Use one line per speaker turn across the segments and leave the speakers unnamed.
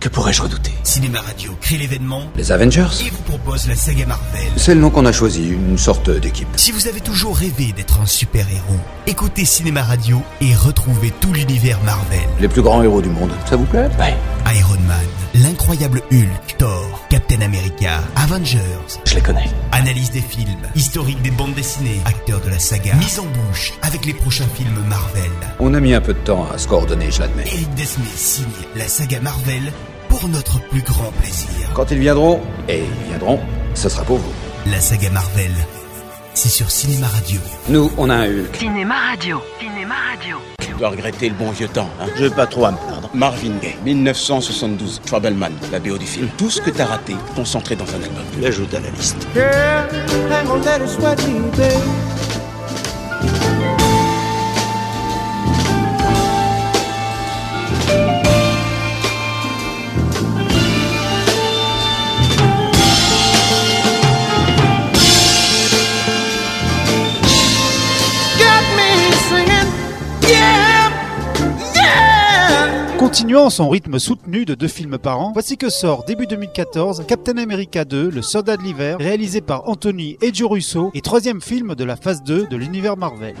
Que pourrais-je redouter
Cinéma Radio crée l'événement
Les Avengers
et vous propose la saga Marvel.
C'est le nom qu'on a choisi, une sorte d'équipe.
Si vous avez toujours rêvé d'être un super-héros, écoutez Cinéma Radio et retrouvez tout l'univers Marvel.
Les plus grands héros du monde. Ça vous plaît Ouais.
Iron Man, l'incroyable Hulk, Thor, Captain America, Avengers.
Je les connais.
Analyse des films, historique des bandes dessinées, acteurs de la saga, mise en bouche avec les prochains films Marvel.
On a mis un peu de temps à se coordonner, je l'admets.
Eric Desmé signe la saga Marvel pour notre plus grand plaisir.
Quand ils viendront, et ils viendront, ce sera pour vous.
La saga Marvel, c'est sur Cinéma Radio.
Nous, on a un Hulk.
Cinéma Radio. Cinéma Radio.
Je dois regretter le bon vieux temps. Hein. Je veux pas trop à me plaindre. Marvin Gaye, 1972. Troubbleman, la BO du film. Tout ce que t'as raté, concentré dans un album. L'ajoute à la liste.
Girl, hang on, that is what you do. Got me singing, yeah, yeah.
Continuant son rythme soutenu de deux films par an, voici que sort début 2014 Captain America 2, le soldat de l'hiver, réalisé par Anthony et Joe Russo, et troisième film de la phase 2 de l'univers Marvel.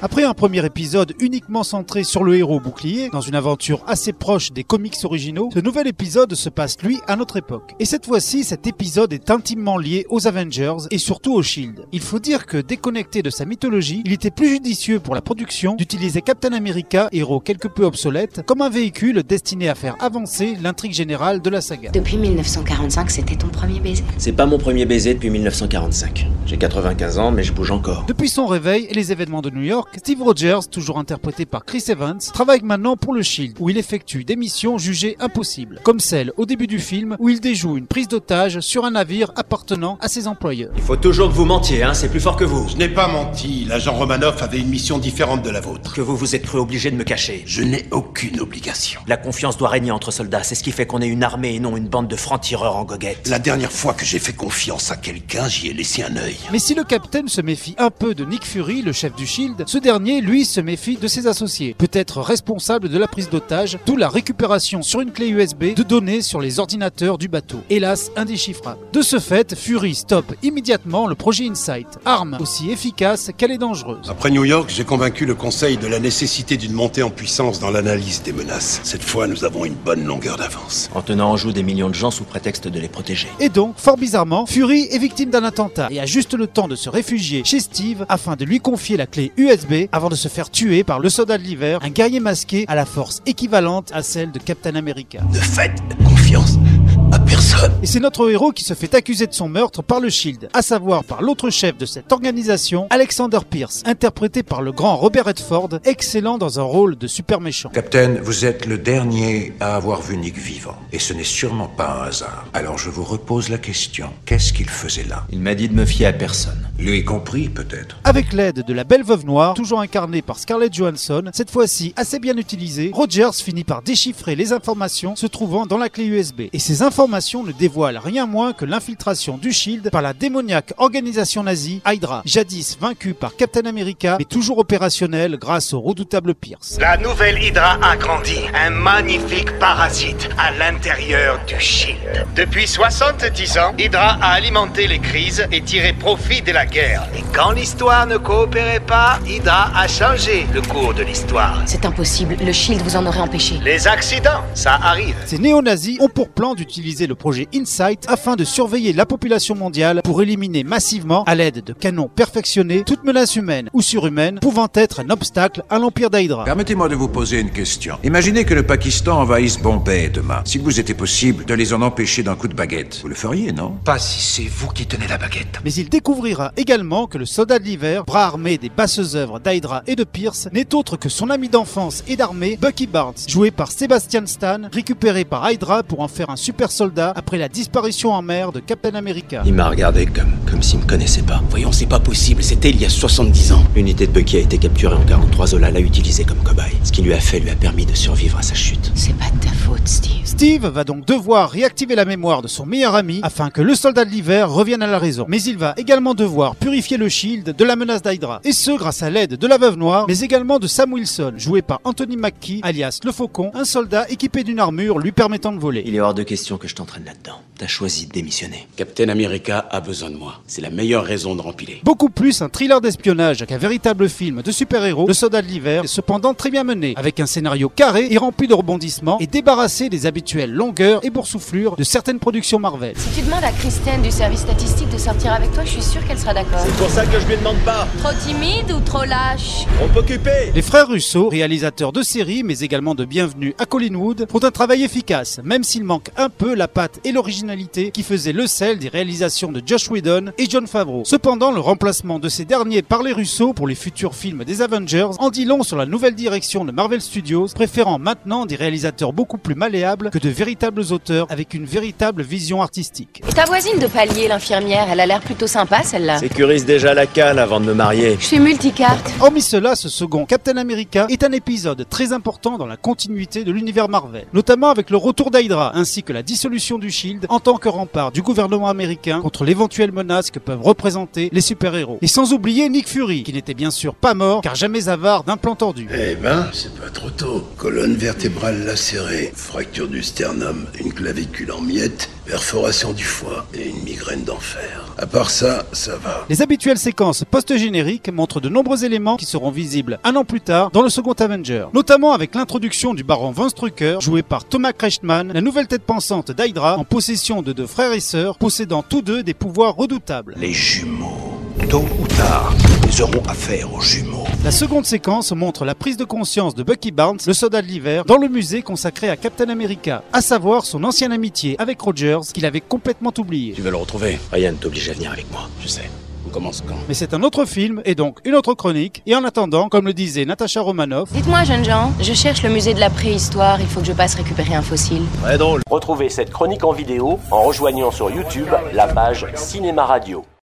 Après un premier épisode uniquement centré sur le héros bouclier, dans une aventure assez proche des comics originaux, ce nouvel épisode se passe lui à notre époque. Et cette fois-ci, cet épisode est intimement lié aux Avengers et surtout au Shield. E Il faut dire que déconnecté de sa mythologie, il était plus judicieux pour la production d'utiliser Captain America, héros quelque peu obsolète, comme un véhicule destiné à faire avancer l'intrigue générale de la saga.
Depuis 1945, c'était ton premier baiser.
C'est pas mon premier baiser depuis 1945. J'ai 95 ans, mais je bouge encore.
Depuis son réveil et les événements de New York, Steve Rogers, toujours interprété par Chris Evans, travaille maintenant pour le Shield, où il effectue des missions jugées impossibles, comme celle au début du film où il déjoue une prise d'otage sur un navire appartenant à ses employeurs.
Il faut toujours que vous mentiez, hein, c'est plus fort que vous.
Je n'ai pas menti, l'agent Romanoff avait une mission différente de la vôtre.
Que vous vous êtes cru obligé de me cacher.
Je n'ai aucune obligation.
La confiance doit régner entre soldats, c'est ce qui fait qu'on est une armée et non une bande de francs-tireurs en goguette.
La dernière fois que j'ai fait confiance à quelqu'un, j'y ai laissé un œil.
Mais si le capitaine se méfie un peu de Nick Fury, le chef du Shield, ce dernier, lui, se méfie de ses associés, peut-être responsable de la prise d'otage, d'où la récupération sur une clé USB de données sur les ordinateurs du bateau, hélas indéchiffrables. De ce fait, Fury stoppe immédiatement le projet Insight, arme aussi efficace qu'elle est dangereuse.
Après New York, j'ai convaincu le Conseil de la nécessité d'une montée en puissance dans l'analyse des menaces. Cette fois, nous avons une bonne longueur d'avance.
En tenant en joue des millions de gens sous prétexte de les protéger.
Et donc, fort bizarrement, Fury est victime d'un attentat et a juste le temps de se réfugier chez Steve afin de lui confier la clé USB avant de se faire tuer par le soldat de l'hiver, un guerrier masqué à la force équivalente à celle de Captain America.
Ne faites confiance à personne.
Et c'est notre héros qui se fait accuser de son meurtre par le Shield, à savoir par l'autre chef de cette organisation, Alexander Pierce, interprété par le grand Robert Redford, excellent dans un rôle de super méchant.
Captain, vous êtes le dernier à avoir vu Nick vivant. Et ce n'est sûrement pas un hasard. Alors je vous repose la question. Qu'est-ce qu'il faisait là
Il m'a dit de me fier à personne.
Lui compris, peut-être.
Avec l'aide de la belle veuve noire, toujours incarnée par Scarlett Johansson, cette fois-ci assez bien utilisée, Rogers finit par déchiffrer les informations se trouvant dans la clé USB. Et ces informations ne dévoilent rien moins que l'infiltration du Shield par la démoniaque organisation nazie Hydra, jadis vaincue par Captain America, mais toujours opérationnelle grâce au redoutable Pierce.
La nouvelle Hydra a grandi, un magnifique parasite à l'intérieur du Shield. Depuis 70 ans, Hydra a alimenté les crises et tiré profit de la guerre. Et quand l'histoire ne coopérait pas, Hydra a changé le cours de l'histoire.
C'est impossible, le shield vous en aurait empêché.
Les accidents, ça arrive.
Ces néo-nazis ont pour plan d'utiliser le projet Insight afin de surveiller la population mondiale pour éliminer massivement, à l'aide de canons perfectionnés, toute menace humaine ou surhumaine pouvant être un obstacle à l'empire d'Hydra.
Permettez-moi de vous poser une question. Imaginez que le Pakistan envahisse Bombay demain. S'il vous était possible de les en empêcher d'un coup de baguette, vous le feriez, non
Pas si c'est vous qui tenez la baguette.
Mais il découvrira également que le soldat de l'hiver, bras armé des basses œuvres d'Hydra et de Pierce, n'est autre que son ami d'enfance et d'armée, Bucky Barnes, joué par Sebastian Stan, récupéré par Hydra pour en faire un super soldat après la disparition en mer de Captain America.
Il m'a regardé comme, comme s'il me connaissait pas.
Voyons, c'est pas possible, c'était il y a 70 ans.
L'unité de Bucky a été capturée en 43, Zola l'a utilisée comme cobaye. Ce qui lui a fait lui a permis de survivre à sa chute.
C'est pas de ta faute, Steve.
Steve va donc devoir réactiver la mémoire de son meilleur ami afin que le soldat de l'hiver revienne à la raison. Mais il va également devoir purifier le shield de la menace d'Hydra. Et ce, grâce à l'aide de la veuve noire, mais également de Sam Wilson, joué par Anthony Mackie, alias le Faucon, un soldat équipé d'une armure lui permettant de voler.
Il est hors de question que je t'entraîne là-dedans. T'as choisi de démissionner.
Captain America a besoin de moi. C'est la meilleure raison de rempiler.
Beaucoup plus un thriller d'espionnage qu'un véritable film de super-héros, le soldat de l'hiver est cependant très bien mené, avec un scénario carré et rempli de rebondissements et débarrassé des habituelles longueurs et boursouflures de certaines productions Marvel.
Si tu demandes à Kristen du service statistique de sortir avec toi, je suis sûre qu'elle sera d'accord.
C'est pour ça que je lui demande pas.
Trop timide ou trop lâche
Trop occupé.
Les frères Russo, réalisateurs de séries mais également de Bienvenue à Collinwood, font un travail efficace, même s'il manque un peu la patte et l'originalité qui faisaient le sel des réalisations de Josh Whedon et John Favreau. Cependant, le remplacement de ces derniers par les Russo pour les futurs films des Avengers en dit long sur la nouvelle direction de Marvel Studios, préférant maintenant des réalisateurs beaucoup plus malléables que de véritables auteurs avec une véritable vision artistique.
Et ta voisine de palier, l'infirmière, elle a l'air plutôt sympa celle-là.
Sécurise déjà la canne avant de me marier.
Je suis multicarte.
Hormis cela, ce second Captain America est un épisode très important dans la continuité de l'univers Marvel, notamment avec le retour d'Hydra ainsi que la dissolution du Shield en tant que rempart du gouvernement américain contre l'éventuelle menace que peuvent représenter les super-héros. Et sans oublier Nick Fury, qui n'était bien sûr pas mort car jamais avare d'un plan tordu.
Eh ben, c'est pas trop tôt. Colonne vertébrale lacérée, fracture du sternum, une clavicule en miettes, perforation du foie et une migraine d'enfer. À part ça, ça va.
Les habituelles séquences post-génériques montrent de nombreux éléments qui seront visibles un an plus tard dans le second Avenger, notamment avec l'introduction du baron Von Strucker, joué par Thomas Krechtman, la nouvelle tête pensante d'Hydra, en possession de deux frères et sœurs, possédant tous deux des pouvoirs redoutables.
Les jumeaux. Tôt ou tard, ils auront affaire aux jumeaux.
La seconde séquence montre la prise de conscience de Bucky Barnes, le soldat de l'hiver, dans le musée consacré à Captain America, à savoir son ancienne amitié avec Rogers qu'il avait complètement oublié.
Tu veux le retrouver Ryan t'oblige à venir avec moi, je sais. On commence quand
Mais c'est un autre film et donc une autre chronique. Et en attendant, comme le disait Natacha Romanoff,
Dites-moi, jeunes gens, je cherche le musée de la préhistoire, il faut que je passe récupérer un fossile.
Très drôle.
Retrouvez cette chronique en vidéo en rejoignant sur YouTube la page Cinéma Radio.